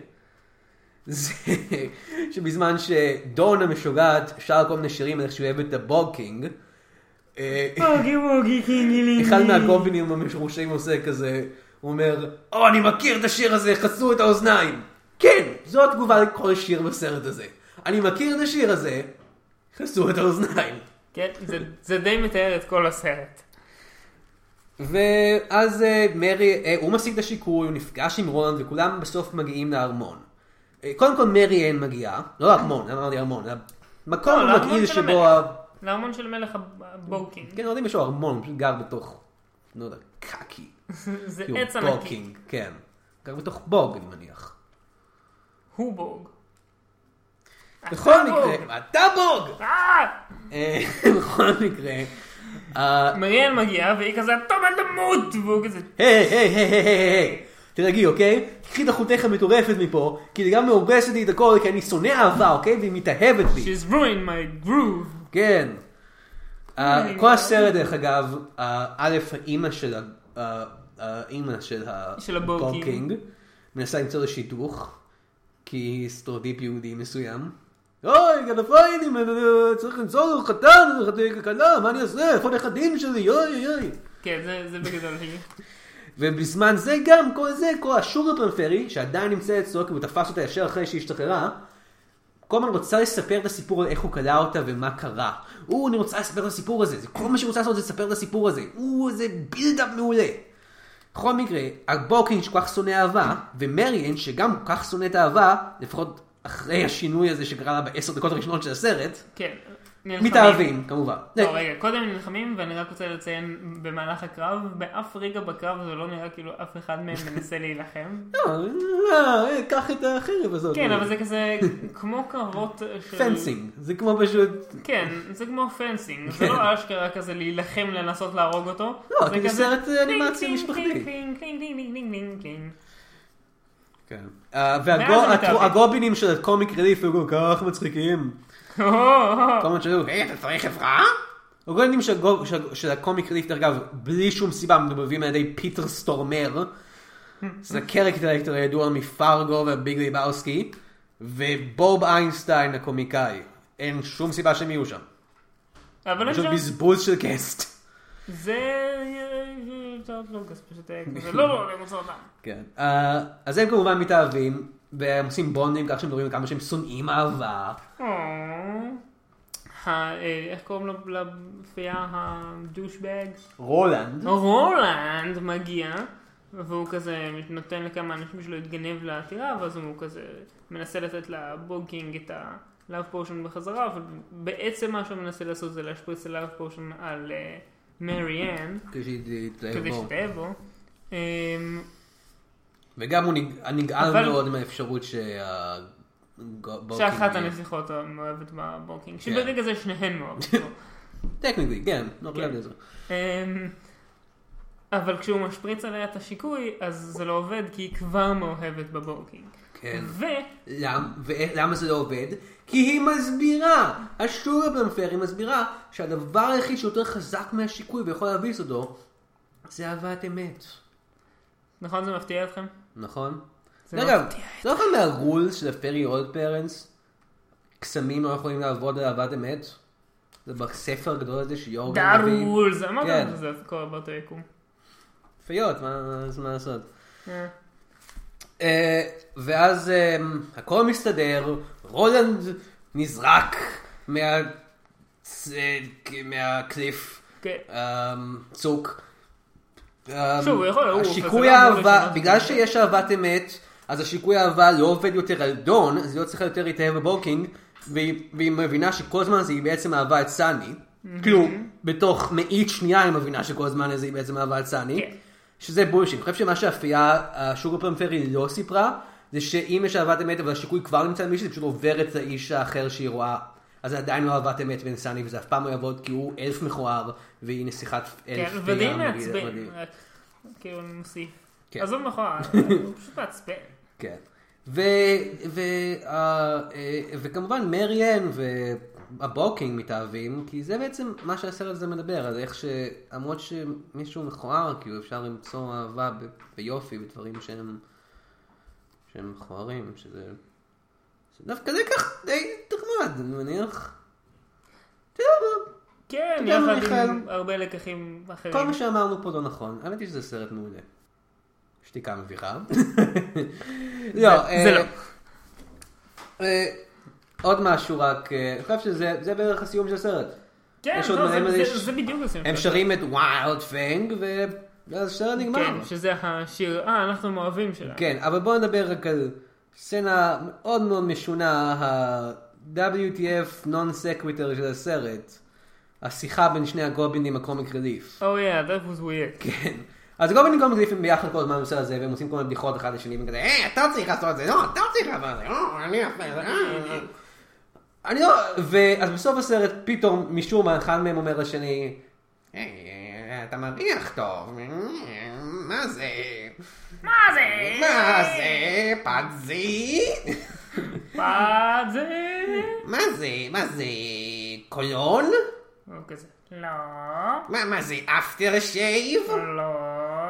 A: זה שבזמן שדון המשוגעת שר כל מיני שירים על איך שהוא אוהב את הבוקינג, אה,
B: בוגי ווגי קינגילי.
A: אחד מהגובינים המשורשים עושה כזה, הוא אומר, או אני מכיר את השיר הזה, חסו את האוזניים. כן, זו התגובה לכל שיר בסרט הזה. אני מכיר את השיר הזה, כנסו את האוזניים.
B: כן, זה, זה די מתאר את כל הסרט.
A: ואז אה, מרי, אה, הוא משיג את השיקוי, הוא נפגש עם רולנד, וכולם בסוף מגיעים לארמון. אה, קודם כל מרי אין מגיעה, לא ארמון, למה אמרתי ארמון, המקום
B: לא, לארמון
A: המגעיל
B: של
A: שבו...
B: המלך.
A: ה-
B: לארמון של מלך הב- הבורקין.
A: כן, לא יודע אם יש לו ארמון, הוא פשוט גר בתוך, לא יודע, קקי.
B: זה
A: כאילו,
B: עץ ענקי.
A: בוקינג, כן. גר בתוך בוג, אני מניח.
B: הוא בורג.
A: בכל
B: בוג.
A: מקרה, אתה בוג!
B: אה!
A: אה, בכל מקרה, אה,
B: מריאל מגיעה והיא כזה, אתה עומד למות! והוא כזה,
A: היי, היי, היי, היי, היי, היי, תרגי, אוקיי? קחי את אחותך המטורפת מפה, כי היא גם מהורסת לי את הכל, כי אני שונא אהבה, אוקיי? והיא מתאהבת בי.
B: She's ruined my groove.
A: כן. אה,
B: כן.
A: כל הסרט, דרך אגב, אה, א', האימא של ה... אה, האימא של
B: של הבורקינג.
A: הבורקינג מנסה למצוא איזה שידוך, כי היא סטרודיפ יהודי מסוים. אוי, גדפריינים, צריך למצוא לו חתן, חתן כלה, מה אני אעשה? איפה הנכדים שלי? אוי, אוי, אוי.
B: כן, זה- זה בגדול היא.
A: ובזמן זה גם, כל זה, כל השור הפריפרי, שעדיין נמצא אצלו, כי הוא תפס אותה ישר אחרי שהיא השתחררה, כל הזמן רוצה לספר את הסיפור על איך הוא כלא אותה ומה קרה. הוא, אני רוצה לספר את הסיפור הזה, זה כל מה שהיא רוצה לעשות זה לספר את הסיפור הזה. הוא, זה בילדאפ מעולה. בכל מקרה, הבוקינג שכל כך שונא אהבה, ומריאן שגם כל כך שונאת אהבה, לפחות אחרי השינוי הזה שקרה לה בעשר דקות הראשונות של הסרט,
B: כן. נלחמים.
A: מתאהבים, כמובן.
B: לא, רגע, קודם הם נלחמים, ואני רק רוצה לציין במהלך הקרב, באף רגע בקרב זה לא נראה כאילו אף אחד מהם מנסה להילחם.
A: לא, לא, אה, קח את החרב הזאת.
B: כן, אבל זה כזה כמו קרבות של...
A: פנסינג, זה כמו פשוט
B: כן, זה כמו פנסינג, זה לא אשכרה כזה להילחם לנסות להרוג אותו.
A: לא,
B: זה
A: כי זה
B: כזה
A: סרט, אה,
B: טינג,
A: אנימציה
B: טינג,
A: משפחתי.
B: טינג, טינג, טינג, טינג, טינג, טינג, טינג.
A: כן.
B: ואז הם מתאהבים.
A: והגובינים של הקומיק רליף היו כל כך מצחיקים.
B: הו, הו,
A: כל
B: הו.
A: הזמן שאלו, היי, אתה צריך עזרה? הגובינים של הגו- של- של הקומיק רליף, דרך אגב, בלי שום סיבה, מדובבים על ידי פיטר סטורמר. זה הקרקטר האקטור הידוע מפרגו והביג ליבאוסקי, ובוב איינשטיין הקומיקאי. אין שום סיבה שהם יהיו שם.
B: אבל
A: פשוט
B: אפשר...
A: בזבוז של קסט.
B: זה... זה לוקאס פשוט היה כזה. לא, לא, אני רוצה אותם.
A: כן. אה, אז הם כמובן מתאהבים, והם עושים בונדים כך שהם מדברים על כמה שהם שונאים אהבה.
B: אה, ה- אה, איך קוראים לו- לפייה הדושבג?
A: רולנד.
B: רולנד מגיע, והוא כזה נותן לכמה אנשים שלו להתגנב לעתירה, ואז הוא כזה מנסה לתת לבוגינג את ה-Love Potion בחזרה, אבל בעצם מה שהוא מנסה לעשות זה להשפריץ את ה-Love Potion על מרי אן,
A: כשתתלהב
B: כדי
A: בו.
B: שתאהב בו. אמ,
A: וגם הוא נג- נגעל
B: אבל-
A: מאוד מהאפשרות שה... בוקינג- כן.
B: שאחת הנסיכות מאוהבת בבוקינג, שברגע זה שניהן מאוהבות בו.
A: טכניקלי, כן. לא חייב
B: כן.
A: לזה.
B: אמ, אבל כשהוא משפריץ עליה את השיקוי, אז זה לא עובד, כי היא כבר מאוהבת בבורקינג.
A: כן.
B: ולמה
A: למ- ולמה זה לא עובד? כי היא מסבירה, השור הפלנפר, היא מסבירה שהדבר היחיד שיותר חזק מהשיקוי ויכול להביס אותו זה אהבת אמת,
B: נכון זה מפתיע אתכם?
A: נכון?
B: זה
A: דרך
B: לא
A: אגב, לא אחד מהרול של הפרי אולד פרנס, קסמים לא יכולים לעבוד על אהבת אמת? זה בספר הגדול הזה שיורגן מביא.
B: דארולס,
A: כן.
B: אמרתם שזה קורה באותו יקום.
A: יפיות, מה אז מה לעשות?
B: אה,
A: אה, ואז אה, הכל מסתדר, רולנד נזרק מה... אה, מהקליף,
B: כן.
A: אה, צוק. אה,
B: שוב, הוא יכול לעוף, אז
A: השיקוי
B: זה לא אמור
A: האהבה,
B: לשנות.
A: בגלל שיש אהבת אמת, אז השיקוי האהבה לא עובד יותר על דון, אז היא לא צריכה יותר להתאהב בבוקינג, והיא, והיא מבינה שכל הזמן הזה היא בעצם אהבה את סני. כאילו, בתוך מאית שנייה היא מבינה שכל הזמן הזה היא בעצם אהבה את סני.
B: כן.
A: שזה בולשיט. אני חושב שמה שאפייה השוק הפרמפרי לא סיפרה, זה שאם יש אהבת אמת אבל השיקוי כבר נמצא במישהו, זה פשוט עובר את האיש האחר שהיא רואה. אז זה עדיין לא אהבת אמת בין סני, וזה אף פעם לא יעבוד, כי הוא אלף מכוער, והיא נסיכת אלף.
B: כן, ודי
A: פייה
B: מעצבן,
A: מדהים.
B: רק כאילו אני מוסיף.
A: כן.
B: עזוב נכון, הוא פשוט מעצבן.
A: כן. ו, ו, אה, אה, וכמובן מריאן והבוקינג מתאהבים, כי זה בעצם מה שהסרט הזה מדבר, על איך שלמרות שמישהו מכוער, כאילו אפשר למצוא אהבה ב, ביופי, בדברים שהם, שהם מכוערים, שזה... זה דווקא זה כך די נחמד, אני מניח. אתה יודע מה,
B: כן,
A: יודע מה,
B: יחד עם
A: מיכאל?
B: הרבה לקחים
A: כל
B: אחרים.
A: מה שאמרנו פה לא נכון, האמת היא שזה סרט מעולה. שתיקה מביכה. לא,
B: זה
A: אה,
B: לא.
A: אה, עוד משהו רק, אה, אני חושב שזה זה בערך הסיום של הסרט.
B: כן,
A: יש עוד
B: לא,
A: מלא מלא
B: זה-
A: ש-
B: זה זה בדיוק הסיום.
A: הם
B: שלו.
A: שרים את ויילד פנג, ואז הסרט נגמר.
B: כן, שזה השיר, אה, אנחנו מאוהבים שלה.
A: כן, אבל בואו נדבר רק על סצנה מאוד מאוד משונה, ה-WTF non-sequitur של הסרט. השיחה בין שני הגובלינים הקומיק רליף.
B: Oh yeah, that was weird.
A: כן. אז הגובלינים קומיק רליף הם ביחד כל הזמן בנושא הזה, והם עושים כל מיני בדיחות אחד לשני, וכזה, היי, אתה צריך לעשות את זה, לא, אתה צריך לעשות את זה, לא, אני אעשה את זה, אה, אה." אני לא... ואז בסוף הסרט, פתאום, משום מה, אחד מהם אומר לשני, היי, אתה מריח טוב, אה, מה זה?
B: מה זה?
A: מה זה? פאדזי?
B: מה זה?
A: מה זה? מה זה? קולון?
B: או כזה. לא,
A: מה, מה זה? אפטר שייב?
B: לא,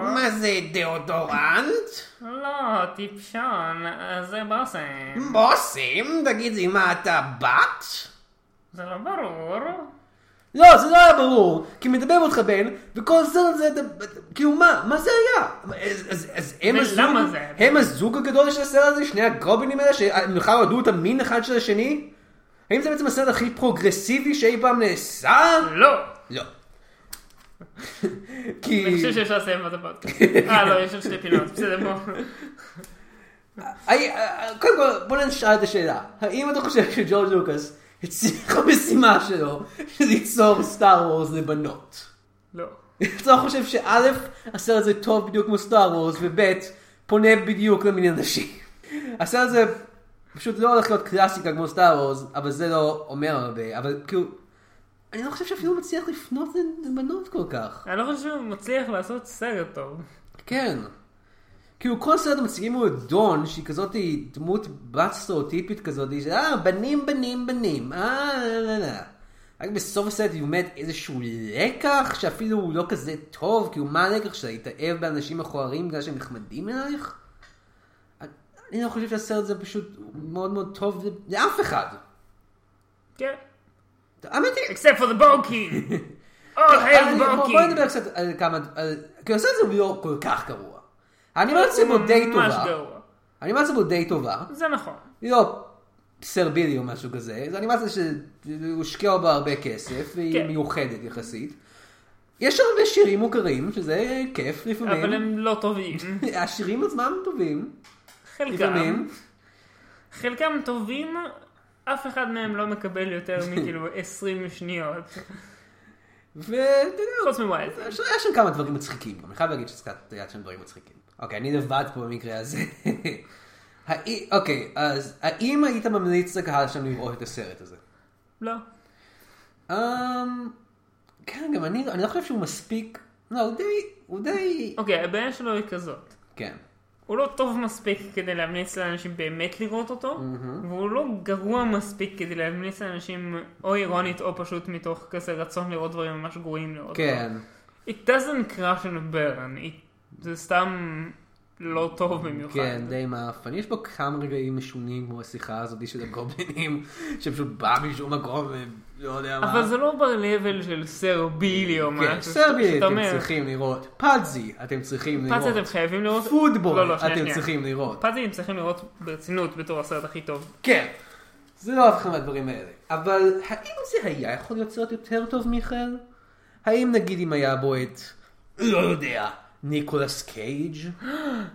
A: מה זה? דאודורנט?
B: לא, טיפשון, זה לא בושם.
A: בושם? תגיד לי, מה אתה בת?
B: זה לא ברור.
A: לא, זה לא היה ברור, כי מדבר אותך בן, וכל סרט זה, כאילו מה, מה זה היה? אז, אז, אז הם
B: ולמה
A: הזוג,
B: זה היה?
A: הם הזוג הגדול של הסרט הזה, שני הגובלים האלה, שהם בכלל אוהדו את המין אחד של השני? האם זה בעצם הסרט הכי פרוגרסיבי שאי פעם נעשה?
B: לא.
A: לא. כי...
B: אני חושב שאפשר לסיים את הפודקאסט. אה, לא, יש עוד שתי פינות, בסדר, בוא.
A: היי, אה, קודם כל, בוא נשאל את השאלה. האם אתה חושב שג'ורג' לוקאס הצליח במשימה שלו ליצור סטאר וורס לבנות?
B: לא.
A: אתה חושב שא', הסרט הזה טוב בדיוק כמו סטאר וורס, וב', פונה בדיוק למיני אנשים. הסרט הזה פשוט לא הולך להיות קלאסיקה כמו סטאר וורס, אבל זה לא אומר הרבה, אבל כאילו... אני לא חושב שאפילו הוא מצליח לפנות לבנות כל כך.
B: אני לא חושב שהוא מצליח לעשות סרט טוב.
A: כן. כאילו כל סרט מציגים לו את דון, שהיא כזאת דמות בת סטריאוטיפית כזאת, של אה, בנים, בנים, בנים, אה, לא, לא, לא. רק בסוף הסרט היא לומדת איזשהו לקח, שאפילו הוא לא כזה טוב, כאילו מה הלקח שלה? להתאהב באנשים מכוערים בגלל שהם נחמדים אלייך? אני- אני לא חושב שהסרט הזה פשוט מאוד מאוד טוב לאף אחד.
B: כן.
A: האמת היא,
B: except for the bulky. All hail
A: אני-
B: the
A: בוא- בוא
B: bulky.
A: נדבר קצת על כמה, על- כי הסרט הזה הוא לא כל כך גרוע. אני אומר לעצמו די
B: ממש
A: טובה.
B: גרוע.
A: האנימציה בו די טובה,
B: זה נכון.
A: היא לא סרבילי או משהו כזה, זו אנימציה שהושקע בה הרבה כסף, והיא
B: כן.
A: מיוחדת יחסית. יש הרבה שירים מוכרים, שזה כיף לפעמים.
B: אבל הם לא טובים.
A: השירים עצמם טובים,
B: חלקם.
A: לפעמים.
B: חלקם טובים, אף אחד מהם לא מקבל יותר מכאילו 20 שניות.
A: ואתה יודע,
B: חוץ מווילד.
A: היה שם כמה דברים מצחיקים, גם אני חייב להגיד שזה קצת היה שם דברים מצחיקים. אוקיי, אני לבד פה במקרה הזה. האי- אוקיי, אז האם היית ממליץ לקהל שם לראות את הסרט הזה?
B: לא.
A: אמ... כן, גם אני, אני לא חושב שהוא מספיק, לא, הוא די, הוא די,
B: אוקיי, הבעיה שלו היא כזאת.
A: כן.
B: הוא לא טוב מספיק כדי להמליץ לאנשים באמת לראות אותו, והוא לא גרוע מספיק כדי להמליץ לאנשים או אירונית או פשוט מתוך כזה רצון לראות דברים ממש גרועים לראות אותו.
A: כן.
B: It doesn't crash and burn, It- זה סתם לא טוב במיוחד.
A: כן, די מעפן. יש בו כמה רגעים משונים כמו השיחה הזאת של הגובלינים, שפשוט בא משום מקום ולא יודע מה.
B: אבל זה לא ב-level של סרבילי או
A: כן,
B: משהו.
A: סרבי
B: שאתה
A: אתם
B: אומר,
A: צריכים לראות, פאדזי אתם צריכים לראות,
B: פאצי אתם חייבים לראות.
A: פודבול
B: לא, לא, שנייה,
A: אתם
B: שנייה.
A: צריכים לראות.
B: פאצי אתם צריכים לראות ברצינות בתור הסרט הכי טוב.
A: כן. זה לא אף אחד מהדברים האלה. אבל האם זה היה יכול להיות סרט יותר טוב, מיכאל? האם נגיד אם היה בו את, לא יודע, ניקולס קייג'?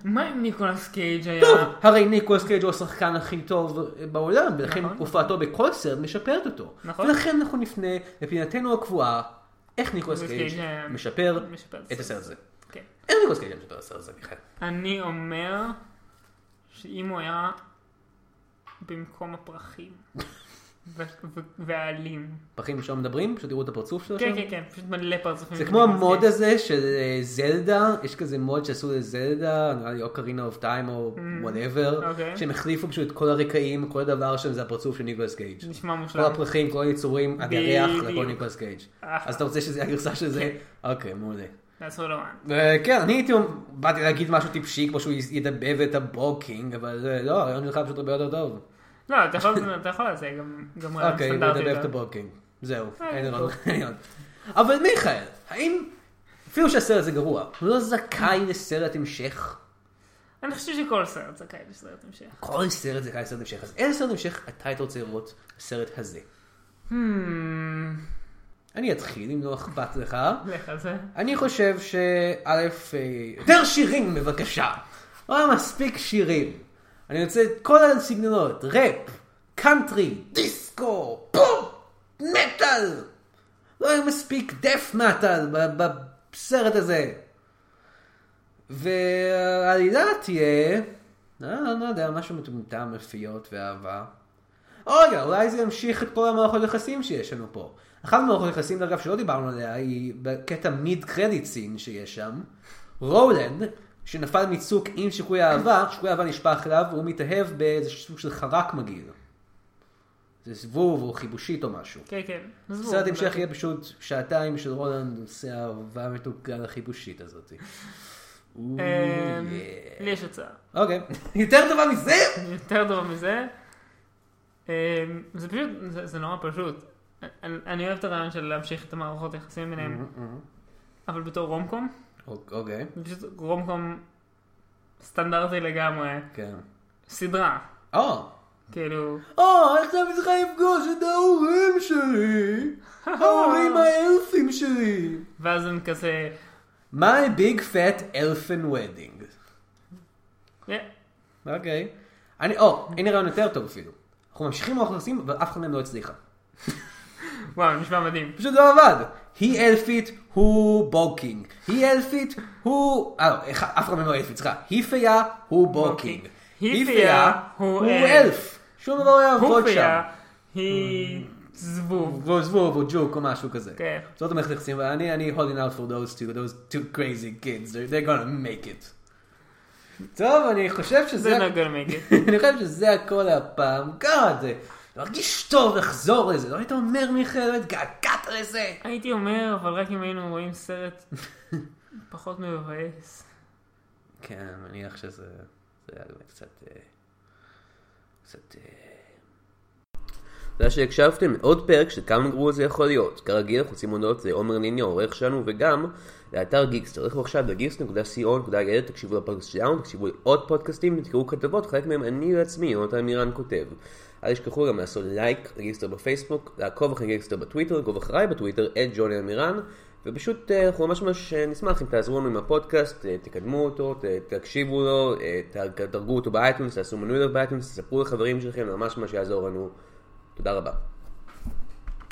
B: מה אם ניקולס קייג' היה?
A: טוב, הרי ניקולס קייג' הוא השחקן הכי טוב בעולם, ולכן
B: נכון.
A: הופעתו בכל סרט משפרת אותו.
B: נכון.
A: ולכן אנחנו נפנה לפינתנו הקבועה, איך ניקולס
B: ניקולס
A: קייג'
B: קייג' היה-
A: משפר
B: משפר את
A: את
B: הסרט
A: הסרט הזה.
B: כן.
A: איך ניקולס קייג' היה משפר את הסרט הזה, מיכאל?
B: אני אומר שאם הוא היה במקום הפרחים ו- ו- והעלים.
A: פרחים שלא לא מדברים, פשוט תראו את הפרצוף שלו
B: כן,
A: שם.
B: כן, כן, פשוט מלא פרצופים.
A: זה
B: של
A: כמו
B: ניקולס
A: המוד
B: קייג'.
A: הזה של אה, זלדה, יש כזה מוד שעשו לזלדה, נראה לי אוקרינה אוף טיים או וואטאבר,
B: Mm, אוקיי.
A: שהם החליפו פשוט את כל הרקעים, כל הדבר שם זה הפרצוף של ניקולס קייג'.
B: נשמע
A: כל
B: מושלם.
A: הפרחים, כל היצורים, עד הירח, זה הכל
B: בדיוק.
A: ניקולס קייג'.
B: אה.
A: אז אתה רוצה שזה יהיה הגרסה של זה? אוקיי, מעולה.
B: לעשות אומן.
A: אה, כן, אני הייתי, באתי להגיד משהו טיפשי, כמו שהוא ידבב את הבוקינג, אבל אה, לא, הרעיון שלך פשוט הרבה יותר טוב.
B: לא, אתה יכול- אתה יכול לעשות גם גם רעיון
A: אוקיי, הוא
B: סטנדרטי.
A: ידבב את
B: אבל-
A: הבוקינג. זהו,
B: אה,
A: אין
B: טוב.
A: עוד. אין עוד. אבל מיכאל, האם, אפילו שהסרט הזה גרוע, הוא לא זכאי לסרט המשך?
B: אני חושב שכל סרט זכאי לסרט המשך.
A: כל סרט זה כאן סרט המשך. אז איזה סרט המשך אתה היית רוצה לראות בסרט הזה? Hmm. אני אתחיל אם לא אכפת לך.
B: לך על זה.
A: אני חושב שא', אה, יותר שירים בבקשה. לא היה מספיק שירים. אני רוצה את כל הסגנונות, ראפ, קאנטרי, דיסקו, פופ, מטאל. לא היה מספיק דף מטאל ב- בסרט הזה. והעלילה תהיה, אה, לא יודע, משהו מטומטם, מפיות ואהבה. רגע, אולי זה ימשיך את כל המערכות יחסים שיש לנו פה. אחת מהמערכות יחסים, אגב, שלא דיברנו עליה, היא בקטע מיד קרדיט סין שיש שם. רולנד, שנפל מצוק עם שיקוי אהבה, שיקוי אהבה נשפך אליו, והוא מתאהב באיזה סוג של חרק מגעיל. זה זבוב או חיבושית או משהו.
B: כן, כן. עזבו.
A: סרט המשך יהיה פשוט שעתיים של רולנד עושה אהבה מתוקה לחיבושית הזאת. אוו,
B: אה,
A: yeah.
B: לי יש הצעה.
A: אוקיי, יותר טובה מזה?
B: יותר טוב מזה. אה, זה פשוט, זה זה נורא פשוט. אני- אני אוהב את הרעיון של להמשיך את המערכות היחסים ביניהם, אבל בתור רומקום,
A: אוקיי,
B: זה פשוט רומקום סטנדרטי לגמרי,
A: כן.
B: סדרה,
A: או,
B: כאילו,
A: או, עכשיו אני צריכה לפגוש את ההורים שלי! ההורים האלפים שלי!
B: ואז הם כזה,
A: My big fat elfin wedding.
B: אה,
A: אוקיי. אני, או, הנה רעיון יותר טוב אפילו. אנחנו ממשיכים אנחנו עושים, אבל אף אחד מהם לא הצליחה.
B: וואו, נשמע מדהים.
A: פשוט לא עבד. היא אלפית, הוא בוקינג. היא אלפית, הוא... אה, לא, אחד- אף אחד מהם לא אלפית, סליחה. היא פייה, הוא בוקינג.
B: היא פייה, הוא אלף.
A: שום דבר לא יעבוד שם.
B: הופיה היא זבוב.
A: והוא זבוב או לא, ג'וק או משהו כזה.
B: כן.
A: זאת המערכת יחסים, ואני אני holding out for those two, those two crazy kids, they're, they're gonna make it. טוב, אני חושב שזה...
B: זה נגל מגד.
A: אני חושב שזה הכל הפעם. גאד, זה מרגיש טוב לחזור לזה. לא היית אומר מיכאל, לא התגעגעת לזה.
B: הייתי אומר, אבל רק אם היינו רואים סרט פחות מבאס.
A: כן, אני מניח שזה... זה היה באמת קצת... אה, קצת... אה,
E: תודה שהקשבתם לעוד פרק של כמה גרוע זה יכול להיות. כרגיל אנחנו רוצים להודות לעומר ניני העורך שלנו וגם לאתר גיקס. תלכו עכשיו לגיגס.co.il, תקשיבו לפודקאסט שלנו, תקשיבו לעוד פודקאסטים, תקראו כתבות, חלק מהם אני לעצמי, יונתן מירן כותב. אל תשכחו גם לעשות לייק לגיגסטר בפייסבוק, לעקוב אחרי גיגסטר בטוויטר, לעקוב אחריי בטוויטר, את ג'וני אמירן, ופשוט אה, אנחנו ממש ממש אה, נשמח אם תעזרו לנו עם הפודקאסט, אה, תקדמו אותו, ת- תקשיבו לו, אה, ת- תדרגו אותו באייטונס, תעשו מנוי לו באייטונס, תספרו לחברים שלכם, זה ממש ממש יעזור לנו. תודה רבה.